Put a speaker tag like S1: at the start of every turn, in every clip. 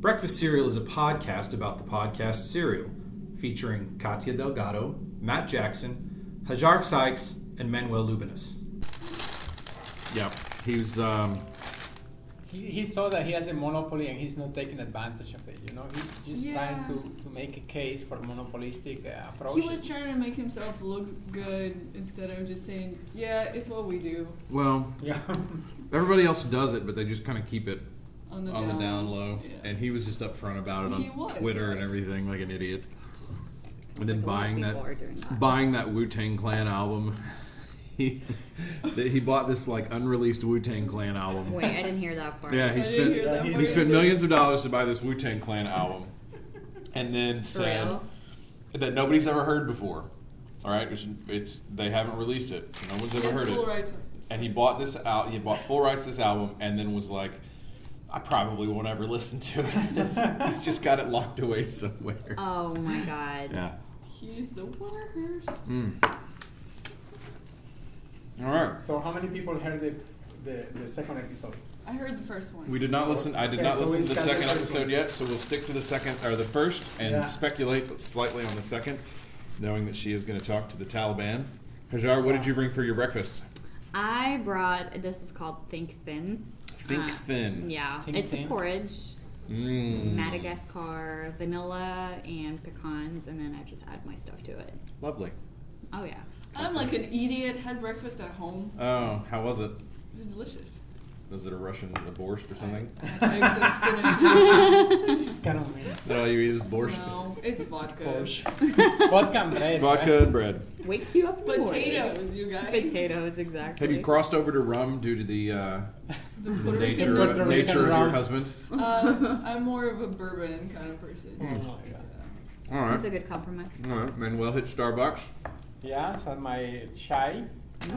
S1: Breakfast Cereal is a podcast about the podcast Cereal, featuring Katya Delgado, Matt Jackson, Hajar Sykes, and Manuel Lubinus. Yeah, he was. Um,
S2: He, he saw that he has a monopoly and he's not taking advantage of it. You know, he's just
S3: Yeah.
S2: trying to, to make a case for monopolistic uh, approach.
S3: He was trying to make himself look good instead of just saying, "Yeah, it's what we do."
S1: well,
S2: yeah.
S1: everybody else does it, but they just kind of keep it
S3: On the
S1: on
S3: down,
S1: the down low.
S3: Yeah.
S1: And he was just upfront about it
S3: He
S1: on
S3: was,
S1: Twitter and
S3: like-
S1: everything, like an idiot. And
S4: Like,
S1: then
S4: a lot of
S1: buying
S4: people
S1: that
S4: are doing that.
S1: buying that Wu Tang Clan album. He that he bought this like unreleased Wu Tang Clan album.
S4: Wait, I didn't hear that part.
S1: Yeah, he
S3: I didn't hear
S1: spent
S3: that
S2: he
S1: he
S3: part.
S1: spent millions of dollars to buy this Wu Tang Clan album, and then
S4: For
S1: said
S4: real?
S1: that nobody's ever heard before. All right, which it's they haven't released it. No one's
S3: He
S1: ever
S3: has
S1: heard
S3: full
S1: it.
S3: rights.
S1: And he bought this out. He bought full rights to this album, and then was like, "I probably won't ever listen to it." He's just got it locked away somewhere.
S4: Oh my god.
S1: Yeah.
S3: He's the worst.
S1: Mm. All right.
S2: So how many people heard the, the, the second episode?
S3: I heard the first one.
S1: We did not listen. I did
S2: Okay,
S1: not
S2: so
S1: listen
S2: we
S1: to the
S2: got the
S1: second
S2: first
S1: episode
S2: one.
S1: yet, so we'll stick to the second or the first and
S2: Yeah.
S1: speculate slightly on the second, knowing that she is going to talk to the Taliban. Hajar, what did you bring for your breakfast?
S4: I brought this is called Think Thin.
S1: Think
S4: Uh,
S1: thin.
S4: Yeah,
S2: Think
S4: it's
S2: Thin.
S4: a porridge,
S1: Mm.
S4: Madagascar vanilla and pecans, and then I just add my stuff to it.
S1: Lovely.
S4: Oh yeah,
S3: I'm like an idiot. Had breakfast at home.
S1: Oh, how was it?
S3: It was delicious.
S1: Was it a Russian a borscht or something?
S4: Uh,
S3: I had eggs and spinach.
S2: this is kind of weird.
S1: that all you eat is borscht?
S3: no, it's vodka.
S2: Vodka and bread.
S1: Vodka
S2: right?
S1: and bread.
S4: wakes you up. in the morning.
S3: Potatoes, you guys.
S4: Potatoes, exactly.
S1: Have you crossed over to rum due to the, uh,
S3: The Puerto Rican
S1: nature,
S2: Puerto
S1: of,
S2: Rican
S1: nature of your
S2: rum.
S1: husband?
S3: Um, I'm more of a bourbon kind of person.
S2: Oh my god.
S1: All right.
S4: It's a good compromise.
S1: All right. Manuel hit Starbucks.
S2: Yeah, so my chai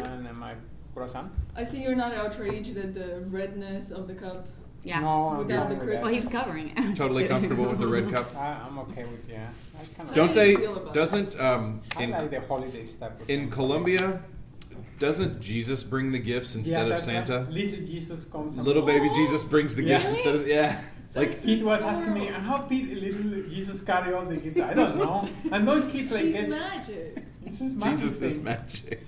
S2: and uh, my croissant.
S3: I see you're not outraged at the redness of the cup.
S4: Yeah.
S2: No, I'm
S3: Without
S2: fine
S3: the
S2: with
S3: crisp.
S4: Well, he's covering it. I'm just
S1: Totally
S4: kidding.
S1: comfortable with the red cup.
S2: that. I, I'm okay with yeah. I kind of
S1: Don't
S3: do
S1: they?
S3: you feel about
S1: Doesn't um,
S2: I like
S1: in
S2: the holiday stuff. of
S1: in
S2: things.
S1: Colombia, doesn't Jesus bring the gifts instead
S2: Yeah,
S1: of
S2: that- that
S1: Santa?
S2: Little Jesus comes. and-
S1: Little baby Jesus brings the
S2: Yeah.
S1: gifts instead of yeah. Like
S3: That's
S2: Pete was asking me how Pete, little Jesus carry all the gifts. I don't know. And don't keep like
S3: He's
S2: this.
S3: magic.
S2: This is magic
S1: Jesus is
S2: thing.
S1: magic.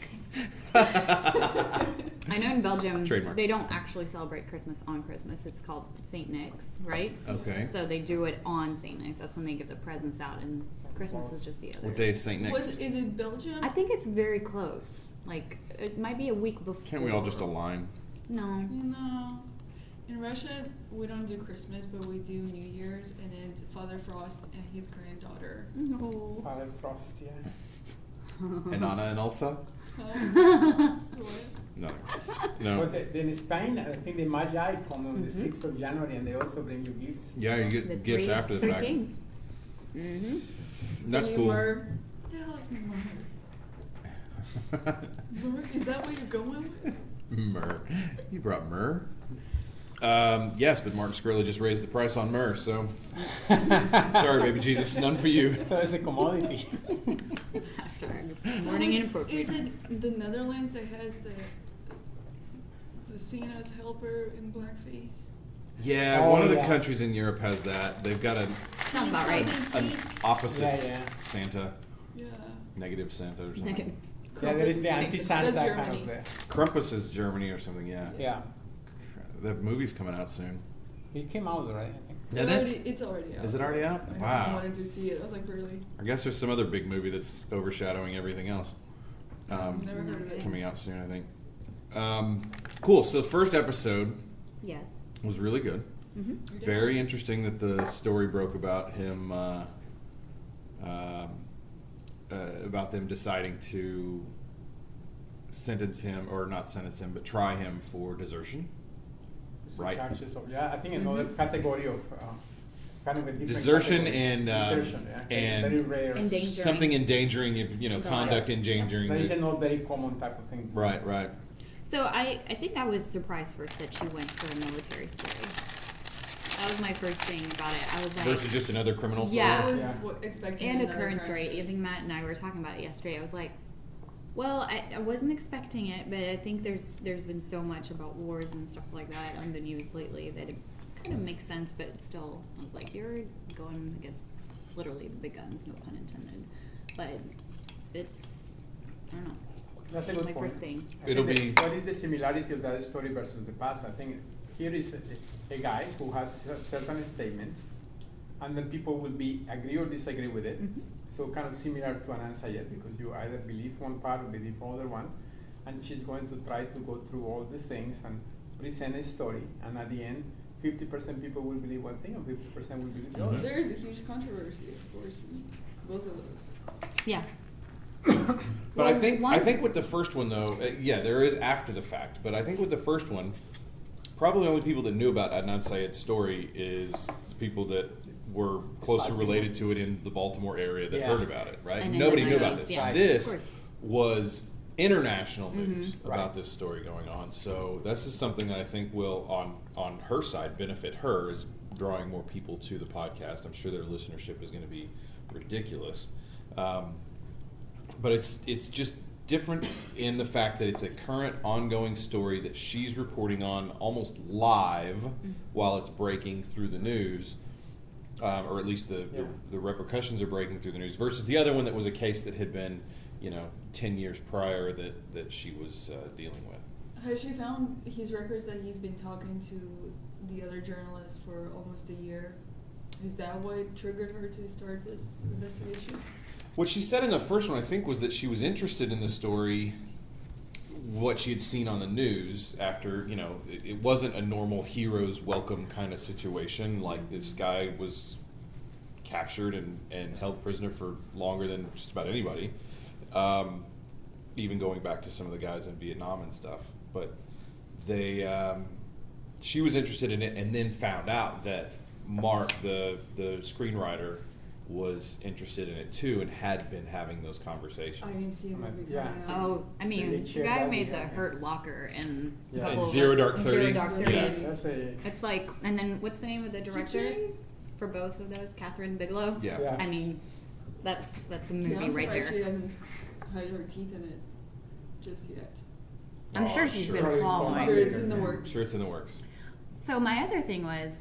S4: I know in Belgium
S1: Trademark.
S4: they don't actually celebrate Christmas on Christmas. It's called Saint Nick's, right?
S1: okay.
S4: So they do it on Saint Nick's. That's when they give the presents out, and Christmas is just the other.
S1: What day is Saint
S3: Was,
S1: Nick's?
S3: is it Belgium?
S4: I think it's very close. Like it might be a week before.
S1: Can't we all just align?
S4: No.
S3: No. uh, In Russia, we don't do Christmas, but we do New Year's, and it's Father Frost and his granddaughter.
S4: No.
S2: Father Frost, yeah.
S3: Uh-huh.
S1: And Anna and Elsa?
S3: Huh? What?
S1: No. No.
S2: But the- then in Spain, I think the Magi come on
S3: Mm-hmm.
S2: the
S4: Mhm.
S2: 6th of January and they also bring you gifts.
S1: Yeah, you
S4: The
S1: get gifts
S4: three-
S1: after the
S4: three
S1: fact.
S4: Kings. Mm-hmm.
S1: That's
S3: Any
S1: cool.
S3: Mer- the hell is Mer? Mer- Is that where you're going? with?
S1: Myrrh. You brought myrrh? Um, yes, but Martin Scorsese just raised the price on myrrh, so. Sorry, baby Jesus, none for you.
S2: So it's a commodity.
S4: After
S3: So
S4: morning
S3: wait,
S4: inappropriate.
S3: Is it the Netherlands that has the the Santa's helper in blackface?
S1: Yeah,
S2: Oh,
S1: one of the
S2: yeah.
S1: countries in Europe has that. They've got a,
S4: Sounds about right.
S1: an opposite
S2: yeah, yeah.
S1: Santa,
S3: Yeah.
S1: negative Santa or something.
S4: Okay.
S2: Yeah, there is the
S3: Krampus.
S2: anti Santa
S3: That's
S2: kind of
S3: Germany.
S2: there.
S1: Krampus is Germany or something, yeah.
S2: Yeah.
S1: The movie's coming out soon.
S2: It came out, right? I think.
S3: It already, it's already out.
S1: Is it already out?
S3: I
S1: Wow.
S3: wanted to see it. I was like, really?
S1: I guess there's some other big movie that's overshadowing everything else. Um,
S3: Never heard of it.
S1: coming out soon, I think. Um, cool. So the first episode
S4: Yes.
S1: was really good.
S4: Mm-hmm.
S3: Yeah.
S1: Very interesting that the story broke about him, uh, um uh, about them deciding to sentence him, or not sentence him, but try him for desertion.
S2: So
S1: Right.
S2: Charges of, yeah, I think another
S3: Mm-hmm.
S2: category of uh, kind of a different
S1: Desertion
S2: category.
S1: and, um,
S2: desertion, yeah.
S1: and-
S2: it's very rare.
S4: And Endangering.
S1: Something endangering, you know,
S4: The
S1: conduct
S2: life.
S1: endangering.
S2: That is
S1: the-
S2: a not very common type of thing.
S1: right, right.
S4: So I, I think I was surprised first that you went for a military story. That was my first thing about it. I was like,
S1: Versus just another criminal. story.
S3: I
S4: Yeah.
S3: was
S2: Yeah.
S3: wa- expecting
S4: and a
S3: another
S4: current
S3: crime
S4: story. I think Matt and I were talking about it yesterday. I was like, well, I, I wasn't expecting it, but I think there's there's been so much about wars and stuff like that on the news lately that it kind of makes sense, but still, I was like, you're going against literally the big guns, no pun intended. But it's, I don't know.
S2: That's a
S4: That's
S2: good
S4: my
S2: point.
S4: first thing.
S2: I think
S1: It'll
S2: that-
S1: be-
S2: What is the similarity of that story versus the past? I think here is a, a guy who has cer- certain statements, and then people will be agree or disagree with it.
S4: Mhm.
S2: So kind of similar to an Sayed, because you either believe one part or believe other one, and she's going to try to go through all these things and present a story, and at the end, fifty percent people will believe one thing and fifty percent will believe the
S1: Mm-hmm.
S2: other.
S3: Oh, There is a huge controversy, of course, in both of those.
S4: Yeah.
S1: But I
S4: Well,
S1: think I
S4: one-
S1: think with the first one though, uh, yeah, there is after the fact. But I think with the first one, probably the only people that knew about Adnan Syed's story is the people that were closer
S2: Baltimore.
S1: related to it in the Baltimore area that
S2: Yeah.
S1: heard about it, right?
S4: And in
S1: Nobody
S4: the
S1: knew about
S4: news,
S1: this.
S4: yeah, of
S1: This
S4: course.
S1: was international news
S4: Mhm.
S1: about
S2: Mm-hmm. Right.
S1: this story going on. So this is something that I think will on on her side benefit her is drawing more people to the podcast. I'm sure their listenership is going to be ridiculous. Um, but it's it's just different in the fact that it's a current ongoing story that she's reporting on almost live while it's breaking through the news um, or at least the,
S2: Yeah.
S1: the, the repercussions are breaking through the news versus the other one that was a case that had been you know 10 years prior that that she was uh, dealing with
S3: Has she found his records that he's been talking to the other journalist for almost a year? Is that what triggered her to start this investigation?
S1: What she said in the first one, I think, was that she was interested in the story, what she had seen on the news after, you know, it, it wasn't a normal hero's welcome kind of situation. Like, this guy was captured and, and held prisoner for longer than just about anybody, um, even going back to some of the guys in Vietnam and stuff. But they, um, she was interested in it and then found out that Mark, the, the screenwriter, was interested in it too and had been having those conversations.
S3: I didn't see a
S2: I'm a-
S3: movie.
S2: yeah.
S3: coming out.
S4: Oh, I mean,
S2: They
S4: the
S2: cheer
S4: guy
S2: that
S4: made
S2: we
S4: the
S2: have.
S4: Hurt Locker and
S2: Yeah.
S4: the
S2: And
S4: whole-
S1: Zero Dark Thirty.
S4: Zero Dark
S3: Yeah.
S4: Thirty.
S1: Yeah.
S2: That's a
S4: It's like, and then what's the name of the director
S3: Cha-ching.
S4: for both of those? Catherine Bigelow.
S1: Yeah.
S2: Yeah.
S4: I mean, that's that's a
S3: Yeah,
S4: movie
S3: I'm
S4: right
S3: surprised She
S4: there.
S3: hasn't had her teeth in it just yet.
S4: I'm
S1: Oh,
S4: sure she's
S1: sure.
S4: been
S2: Probably
S4: following.
S2: Right.
S3: I'm sure it's in the
S2: Yeah.
S1: I'm
S3: works.
S1: sure it's in the works.
S4: So my other thing was,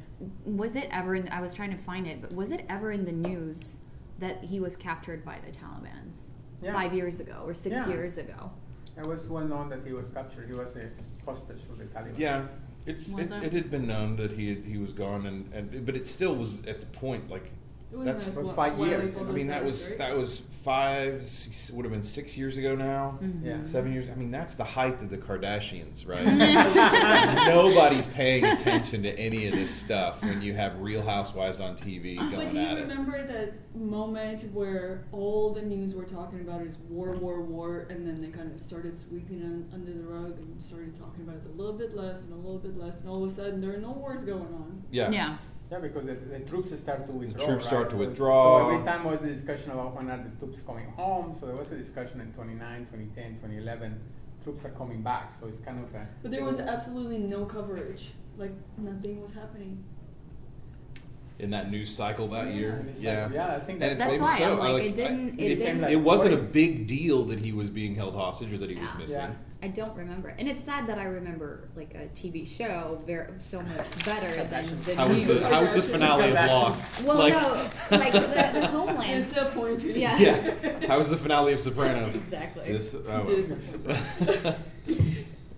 S4: was it ever? In, I was trying to find it, but was it ever in the news that he was captured by the Taliban's
S2: Yeah.
S4: five years ago or six
S2: Yeah.
S4: years ago?
S2: it was well known that he was captured. He was a hostage of the Taliban.
S1: Yeah, it's
S4: Was
S1: it,
S4: it?
S1: it had been known that he had, he was gone, and, and but it still was at the point like
S3: It wasn't
S1: That's-
S3: as
S2: For
S3: wi-
S2: five
S3: widely
S2: years, you
S1: I
S2: know.
S1: mean that was
S3: publicized, right?
S1: that was five six, would have been six years ago now,
S4: Mhm.
S2: Yeah.
S1: seven years. I mean that's the height of the Kardashians, right? Nobody's paying attention to any of this stuff when you have Real Housewives on TV
S3: Uh,
S1: going
S3: But do you
S1: at
S3: remember that moment where all the news we're talking about is war, war, war, and then they kind of started sweeping un- under the rug and started talking about it a little bit less and a little bit less, and all of a sudden there are no wars going on.
S1: it. Yeah.
S4: Yeah.
S2: Yeah, because the, the troops start to withdraw.
S1: troops
S2: right?
S1: start to
S2: So-
S1: withdraw.
S2: So every time was the discussion about when are the troops coming home. So there was a discussion in 29, 2010, 2011. Troops are coming back, so it's kind of a.
S3: But there was absolutely no coverage. Like nothing was happening.
S1: in that news cycle that year.
S2: It's like-
S1: Yeah,
S2: yeah, I think
S1: And
S2: that's
S1: it- it
S4: That's
S2: probably-
S1: was
S4: why
S1: so,
S4: I'm
S1: I
S4: like,
S1: like-
S4: it didn't.
S1: I-
S4: It,
S2: it came
S4: didn't.
S2: like-
S1: it wasn't a big deal that he was being held hostage or that he was
S4: Yeah.
S1: missing.
S2: Yeah.
S4: I don't remember, and it's sad that I remember like a TV show very, so much better than the
S1: How was
S4: news.
S1: the how was the finale of
S2: Kardashians.
S1: Lost?
S4: well,
S1: Like-
S4: no, like the, the Homeland.
S3: Disappointing.
S4: Yeah.
S1: yeah. How was the finale of Sopranos?
S4: exactly.
S1: This, oh.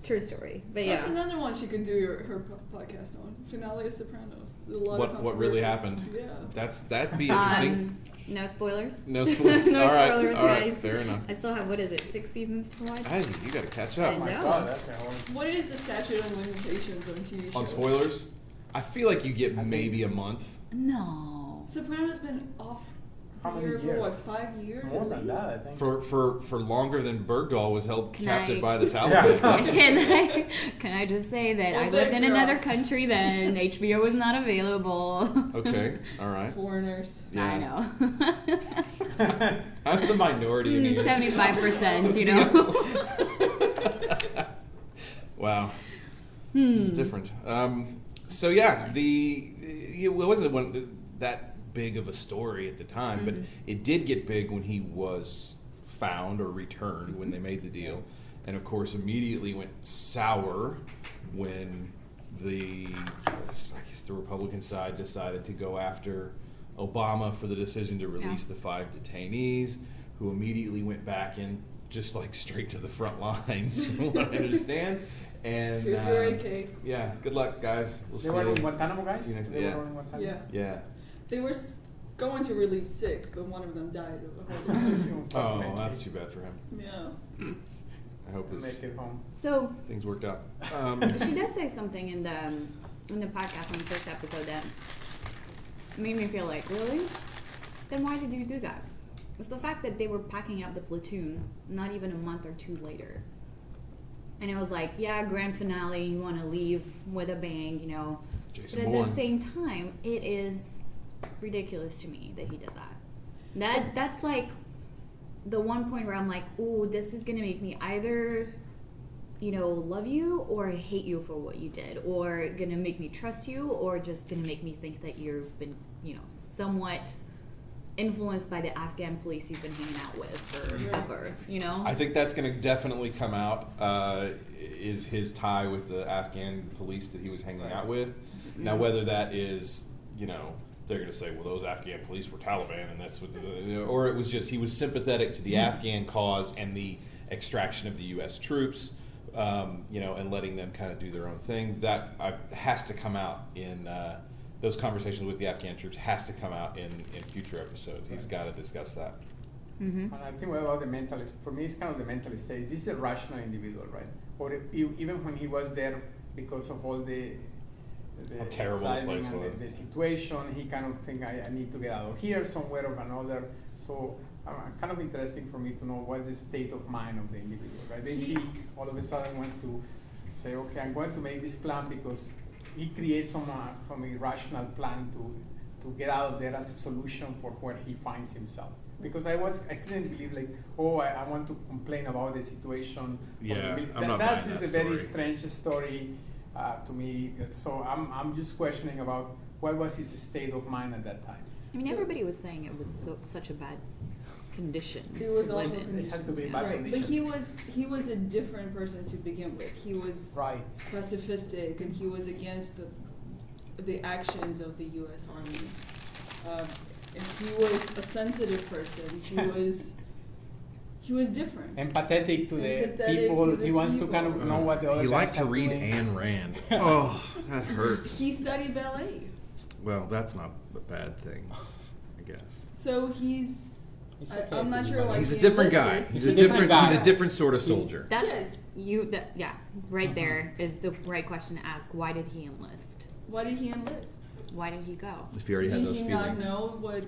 S4: True story, but yeah.
S3: That's another one she can do your, her po- podcast on. Finale of Sopranos. A lot of
S1: what what really
S3: controversy.
S1: happened?
S3: Yeah.
S1: That's that'd be interesting.
S4: Um, no spoilers.
S1: no spoilers.
S4: no
S1: all right,
S4: spoilers,
S1: all right,
S4: guys.
S1: fair enough.
S4: I still have what is it, six seasons to watch?
S1: Ivy, you got to catch
S4: I
S2: Oh
S1: up
S2: my
S4: know.
S2: God, that's a whole.
S3: What is the statute of limitations on TV shows?
S1: on spoilers. I feel like you
S2: I
S1: get
S2: think-
S1: maybe a month.
S4: no.
S3: Sopranos been off
S2: How
S3: the
S2: many
S3: air for
S2: years?
S3: what five years?
S2: More
S3: at
S2: than
S3: least?
S2: that, I think.
S1: For, for for longer than Bergdahl was held
S4: Can
S1: captive
S4: I-
S1: by the Taliban.
S2: Yeah.
S4: can I can I just say that
S3: Well,
S4: I lived in
S3: there's your-
S4: another country then HBO was not available.
S1: Okay, all right.
S3: Foreigners.
S4: I
S1: Yeah.
S4: know.
S1: I'm the minority in here.
S4: Hmm, Seventy-five percent, you know.
S1: wow,
S4: Hmm.
S1: this is different. Um, so yeah, the it wasn't one that big of a story at the time, but
S4: Mhm.
S1: it did get big when he was found or returned when they made the deal, and of course immediately went sour when the I guess the Republican side decided to go after Obama for the decision to release
S4: Yeah.
S1: the five detainees, who immediately went back in just like straight to the front lines. from what I understand. And
S3: Here's your
S1: um,
S3: AK.
S1: yeah, good luck, guys. We'll
S2: They
S1: see
S2: were
S1: you.
S2: in Guantanamo, guys?
S1: See you next
S2: They
S1: yeah.
S2: were in Guantanamo?
S3: Yeah.
S1: yeah.
S3: They were s- going to release six, but one of them died of a heart attack.
S1: Oh,
S2: Unfortunately.
S1: that's too bad for him.
S3: Yeah.
S1: I hope his
S2: Make it home.
S4: So
S1: things worked out. Um,
S4: she does say something in the um, in the podcast in the first episode that made me feel like, really? Then why did you do that? It's the fact that they were packing up the platoon not even a month or two later. And it was like, yeah, grand finale, you want to leave with a bang, you know.
S1: Jason
S4: but at
S1: Bourne.
S4: the same time, it is ridiculous to me that he did that. That that's like the one point where I'm like, oh, this is gonna make me either, you know, love you or hate you for what you did, or gonna make me trust you, or just gonna make me think that you've been, you know, somewhat influenced by the Afghan police you've been hanging out with forever. You know.
S1: I think that's going to definitely come out. Uh, is his tie with the Afghan police that he was hanging out with? Now, whether that is, you know, they're going to say, well, those Afghan police were Taliban, and that's what, or it was just he was sympathetic to the Afghan cause and the extraction of the U.S. troops, um, you know, and letting them kind of do their own thing. That uh, has to come out in. Uh, those conversations with the Afghan troops has to come out in, in future episodes. He's got to discuss that.
S4: Mm-hmm.
S2: And I think what about the mental, for me, it's kind of the mental state. This is a rational individual, right? Or e- even when he was there because of all the, the
S1: How terrible the
S2: excitement
S1: place
S2: and
S1: was.
S2: The, the situation, he kind of think I, I need to get out of here somewhere or another. So uh, kind of interesting for me to know what's the state of mind of the individual, right? They see all of a sudden wants to say, okay, I'm going to make this plan because he creates some, uh, some irrational plan to, to get out of there as a solution for where he finds himself. Because I was, I couldn't believe like, oh, I, I want to complain about the situation.
S1: Yeah,
S2: That-
S1: I'm not
S2: that
S1: buying
S2: is
S1: that
S2: a very
S1: story.
S2: strange story uh, to me. So I'm, I'm just questioning about what was his state of mind at that time.
S4: I mean,
S3: So-
S4: everybody was saying it was so, such a bad condition.
S3: It was
S4: to
S3: also
S4: live in.
S3: conditions,
S2: It has to be
S4: yeah.
S2: bad
S3: Right, but
S2: condition.
S3: he was he was a different person to begin with. He was
S2: Right.
S3: pacifistic and he was against the the actions of the U.S. Army. Um, and he was a sensitive person. He was he was different.
S2: Empathetic to the
S3: Empathetic
S2: people.
S3: to the
S2: he wants to kind of
S3: people.
S2: know what the other
S1: he
S2: guys
S1: liked to
S2: are
S1: read
S2: doing.
S1: Anne Rand. Oh, that hurts.
S3: he studied ballet,
S1: Well, that's not a bad thing, I guess.
S3: so he's.
S2: It's
S3: I,
S2: okay
S3: I'm
S2: to
S3: not
S2: be
S3: sure why
S2: Like
S1: he's a
S3: he
S1: different guy.
S3: enlisted.
S1: He's a
S2: He's a
S1: different.
S2: different
S1: He's a
S2: guy.
S1: different sort of soldier.
S4: That's
S3: Yes.
S4: you. That yeah, right there is the right question to ask. Why did he enlist?
S3: Why did he enlist?
S4: Why did he go?
S1: If you already
S3: did
S1: had those
S3: he
S1: feelings,
S3: not know what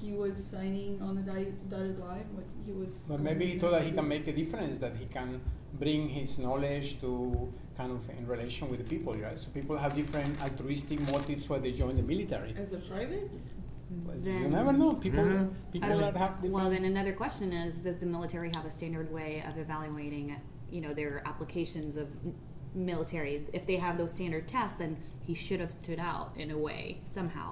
S3: he was signing on the di- dotted line? What he was.
S2: But maybe he thought that he can make a difference, that he can bring his knowledge to kind of in relation with the people, right? So people have different altruistic motives when they join the military.
S3: As a private?
S2: But you
S4: Then-
S2: never know. People,
S1: Yeah.
S2: people that have different.
S4: Um, Well, then another question is: Does the military have a standard way of evaluating, you know, their applications of m- military? If they have those standard tests, then he should have stood out in a way somehow,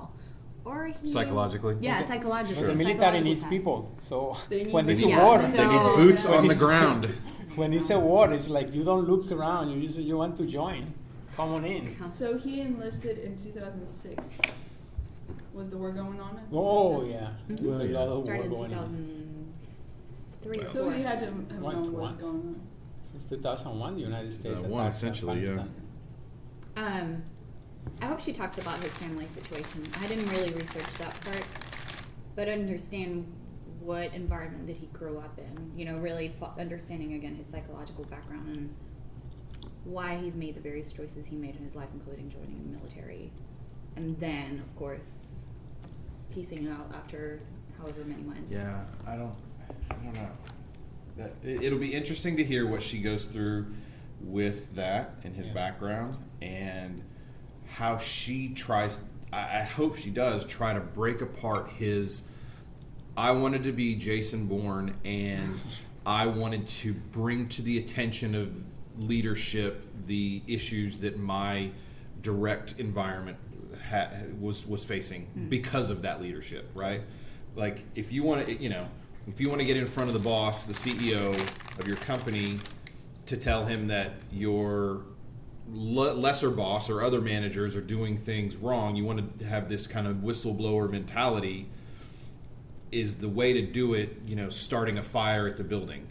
S4: or he,
S1: Psychologically?
S4: Yeah,
S2: Okay.
S4: psychologically.
S2: But the military
S4: psychological
S2: needs
S4: test.
S2: people. So
S3: They need
S2: when it's a
S4: people.
S2: war,
S4: Yeah,
S1: they need
S4: So-
S1: boots
S2: When
S1: on the
S2: it's-
S1: ground.
S2: when it's a war, it's like you don't look around. You just you want to join. Come on in.
S4: Come-
S3: So he enlisted in 2006. Was the war going on? at the
S2: Oh
S3: same time?
S2: yeah,
S4: Mhm.
S2: There's a lot of war
S4: Started in two
S2: going on.
S4: thousand three.
S1: Well.
S3: So he had to have
S2: One
S3: known
S2: to
S3: what was
S2: one.
S3: going on.
S2: Since 2001, the United States.
S1: 2001,
S2: attacked
S1: essentially, yeah.
S2: Afghanistan.
S4: Um, I hope she talks about his family situation. I didn't really research that part, but understand what environment did he grow up in. You know, really fo- understanding again his psychological background and why he's made the various choices he made in his life, including joining the military, and then of course piecing out after however many months.
S1: Yeah, I don't. I don't know. That, it, it'll be interesting to hear what she goes through with that and his
S2: Yeah.
S1: background and how she tries. I, I hope she does try to break apart his. I wanted to be Jason Bourne, and I wanted to bring to the attention of leadership the issues that my direct environment ha- was was facing because of that leadership, right? Like, if you want to, you know, if you want to get in front of the E boss, the CEO of your company, to tell him that your le- lesser boss or other managers are doing things wrong. You want to have this kind of whistleblower mentality. Is the way to do it, you know, starting a fire at the building?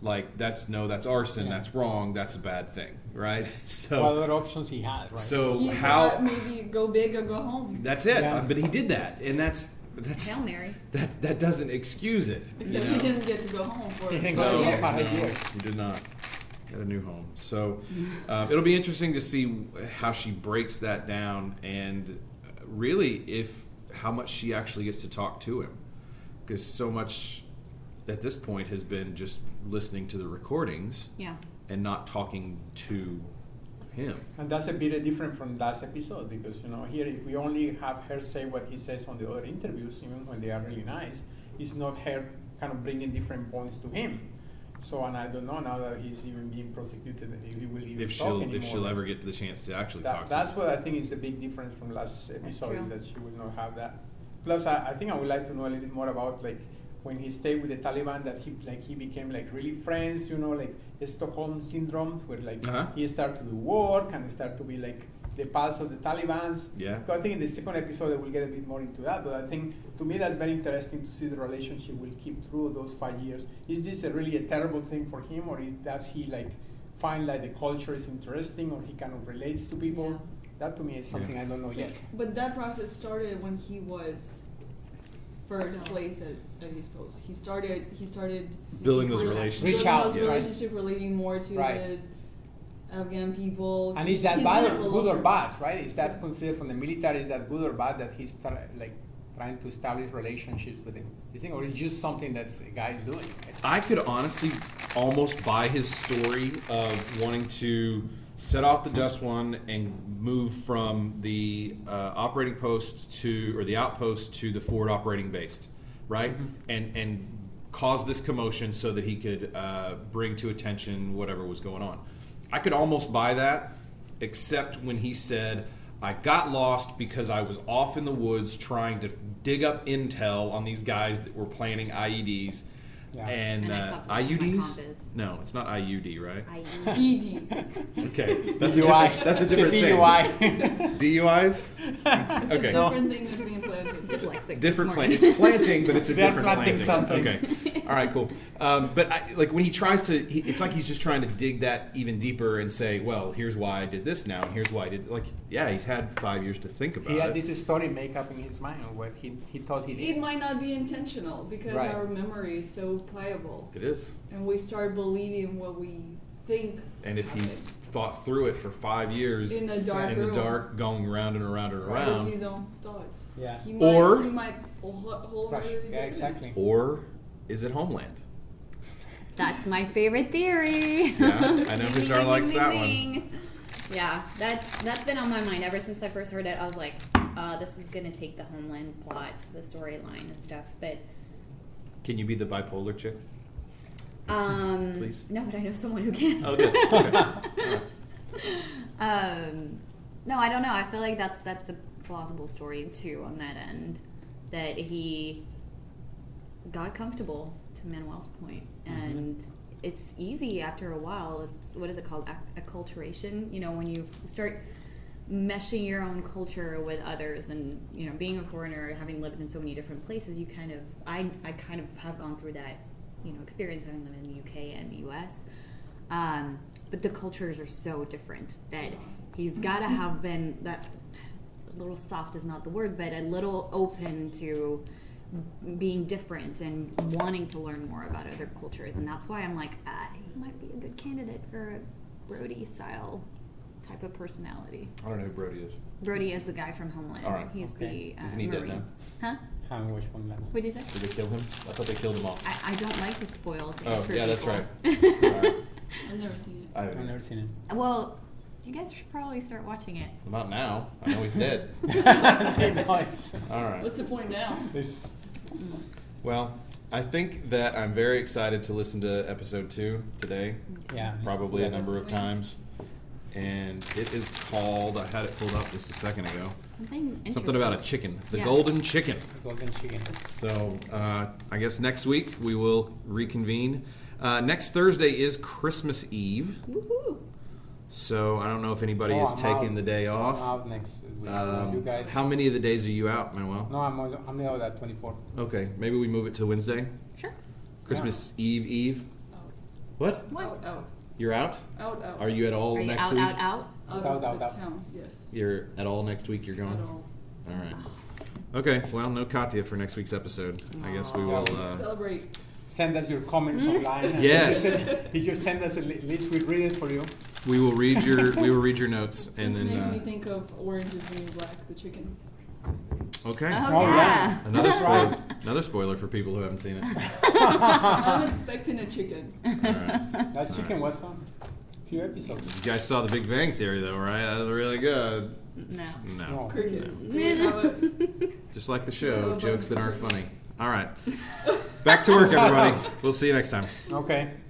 S1: Like that's no, that's arson.
S2: Yeah.
S1: That's wrong. That's a bad thing, right? So
S2: what other options he had, right?
S1: so
S3: he
S1: how?
S3: thought maybe go big or go home.
S1: That's it.
S2: Yeah.
S1: But he did that, and that's that's
S4: Hail Mary.
S1: that that doesn't excuse it. you
S3: Except
S1: know?
S3: he didn't get to go home for
S2: He didn't
S1: No,
S2: go
S3: five
S2: home.
S3: years.
S2: Five
S1: no,
S2: years.
S1: he did not. Got a new home, so um, it'll be interesting to see how she breaks that down, and uh, really if how much she actually gets to talk to him, because so much at this point has been just listening to the recordings
S4: Yeah.
S1: and not talking to him.
S2: And that's a bit different from last episode because you know here if we only have her say what he says on the other interviews, even when they are really nice, it's not her kind of bringing different points to him. So and I don't know now that he's even being prosecuted if he will even
S1: If
S2: talk
S1: she'll
S2: anymore.
S1: if she'll ever get the chance to actually
S2: That-
S1: talk to him.
S2: that's what I think is the big difference from last episode
S4: true.
S2: is that she will not have that. Plus, I, I think I would like to know a little bit more about like when he stayed with the Taliban that he like he became like really friends, you know, like the Stockholm syndrome where like
S1: Uh-huh.
S2: he started to do work and start to be like the pulse of the Taliban's.
S1: Yeah.
S2: So I think in the second episode we'll get a bit more into that. But I think to me that's very interesting to see the relationship will keep through those five years. Is this a really a terrible thing for him, or is, does he like find like the culture is interesting, or he kind of relates to people? That to me is something I don't know yet.
S3: But that process started when he was first
S4: Still.
S3: place at, at his post. He started. He started
S1: Building those
S3: rela-
S1: relationships.
S2: Reach out,
S3: Building those
S2: yeah.
S3: relationship, relating more to
S2: Right.
S3: the Afghan people.
S2: And is that
S3: He's
S2: bad
S3: not
S2: or
S3: a
S2: good or
S3: loner.
S2: bad, right? Is that considered from the military? Is that good or bad that he's try, like trying to establish relationships with him? You think, or is it just something that a guy is doing?
S1: I could honestly almost buy his story of wanting to set off the Just One and move from the uh, operating post to or the outpost to the forward operating base, right? And and cause this commotion so that he could uh, bring to attention whatever was going on. I could almost buy that, except when he said. I got lost because I was off in the woods trying to dig up intel on these guys that were planning IEDs,
S2: Yeah.
S1: and,
S4: And I
S1: uh,
S4: stopped watching my
S1: IUDs.
S4: compass.
S1: No, it's not IUD, right?
S4: I E.
S3: PD.
S1: Okay, that's a
S2: DUI.
S1: different. That's a
S2: It's
S1: different thing.
S2: DUI.
S1: DUIs.
S3: It's a
S1: Okay.
S3: different thing than being planted.
S4: dyslexic.
S1: Different plant.
S4: this morning.
S1: It's planting, but it's a
S2: They're
S1: different planting.
S2: planting something.
S1: Okay. All right. Cool. Um, but I, like when he tries to, he, it's like he's just trying to dig that even deeper and say, "Well, here's why I did this now, and here's why I did." Like, yeah, he's had five years to think about
S2: He had
S1: it.
S2: this story made up in his mind of what he, he thought he
S3: It
S2: did.
S3: might not be intentional because
S2: Right.
S3: our memory is so pliable,
S1: it is.
S3: and we start believing what we think.
S1: And if he's thought through it for five years
S3: In the dark
S1: in the
S3: room.
S1: dark, going round and around and
S3: happened
S1: around,
S3: with his own thoughts.
S2: Yeah.
S3: He
S1: Or-
S3: might, he might whole-
S2: Crush.
S3: wholeheartedly
S2: Yeah,
S3: believe.
S2: exactly.
S1: or is it Homeland?
S4: That's my favorite theory.
S1: Yeah, I know Hajar likes that one.
S4: Yeah, that's that's been on my mind ever since I first heard it. I was like, uh, this is gonna take the homeland plot, the storyline and stuff. But
S1: Can you be the bipolar chick?
S4: um,
S1: Please.
S4: no, but I know someone who can.
S1: Oh, good. Okay.
S4: um, no, I don't know. I feel like that's that's a plausible story too on that end. That he got comfortable to Manuel's point, and it's easy after a while. It's what is it called? Ac- Acculturation. You know, when you f- start meshing your own culture with others and you know being a foreigner having lived in so many different places you kind of i, I kind of have gone through that you know experience having lived in the uk and the us um, but the cultures are so different that he's got to have been that a little soft is not the word but a little open to being different and wanting to learn more about other cultures and that's why i'm like ah, he might be a good candidate for a brody style type of personality
S1: I don't know who Brody is.
S4: Brody is the guy from Homeland.
S1: All right.
S4: He's
S2: Okay.
S4: the uh,
S1: Isn't he dead
S4: Marine.
S1: now?
S4: Huh?
S2: Haven't watched one last.
S4: What'd you say?
S1: Did they kill him? I thought they killed him all.
S4: I, I don't like to spoil things
S1: Oh,
S4: for
S1: yeah, that's
S4: people.
S1: right. Sorry.
S3: I've never seen it.
S1: I
S2: I've never seen it.
S4: well, you guys should probably start watching it.
S1: Not now. I know he's dead.
S2: See, no, it's-
S1: All right.
S3: What's the point now?
S2: it's-
S1: Well, I think that I'm very excited to listen to episode two today,
S2: yeah.
S1: probably a
S2: Yeah.
S1: number of
S3: Yeah.
S1: times. And it is called, I had it pulled up just a second ago,
S4: Something interesting.
S1: something about a chicken, the
S4: Yeah.
S1: golden chicken.
S2: Golden chicken.
S1: So uh, I guess next week we will reconvene. Uh, next Thursday is Christmas Eve.
S4: Woohoo!
S1: So I don't know if anybody
S2: Oh,
S1: is
S2: I'm
S1: taking
S2: out.
S1: the day
S2: I'm
S1: off.
S2: out next week.
S1: Um,
S2: you guys.
S1: How many of the days are you out, Manuel?
S2: No, I'm only, I'm out at 24.
S1: Okay, maybe we move it to Wednesday,
S4: Sure.
S1: Christmas Eve Eve.
S3: Out,
S1: What?
S4: What?
S3: out, out,
S1: You're out?
S3: out, out.
S1: Are you at all
S4: Are you
S1: next
S4: out,
S1: week?
S4: out, out?
S3: out,
S2: Out,
S3: of
S2: out,
S3: the
S2: out.
S3: town? Yes.
S1: You're at all next week. You're going.
S3: At all.
S1: All right. Okay. Well, no Katya for next week's episode. I guess we will. Uh,
S3: Celebrate.
S2: Send us your comments online. and
S1: Yes.
S2: If you send us a li- list, we read it for you.
S1: we will read your. We will read your notes and
S3: this
S1: then.
S3: makes me
S1: Uh,
S3: think of Orange is the New Black, the chicken.
S1: okay.
S4: Oh,
S2: Oh,
S4: yeah.
S2: yeah.
S1: Another
S2: That's
S1: spoiler.
S2: right.
S1: Another spoiler for people who haven't seen it.
S3: I'm expecting a chicken.
S1: All right.
S2: That
S1: All right.
S2: chicken was on a few episodes.
S1: You guys saw The Big Bang Theory, though, right? That was really good.
S4: No.
S1: No.
S3: Crickets.
S1: Just like the show, jokes that aren't funny. All right. Back to work, everybody. We'll see you next time.
S2: Okay.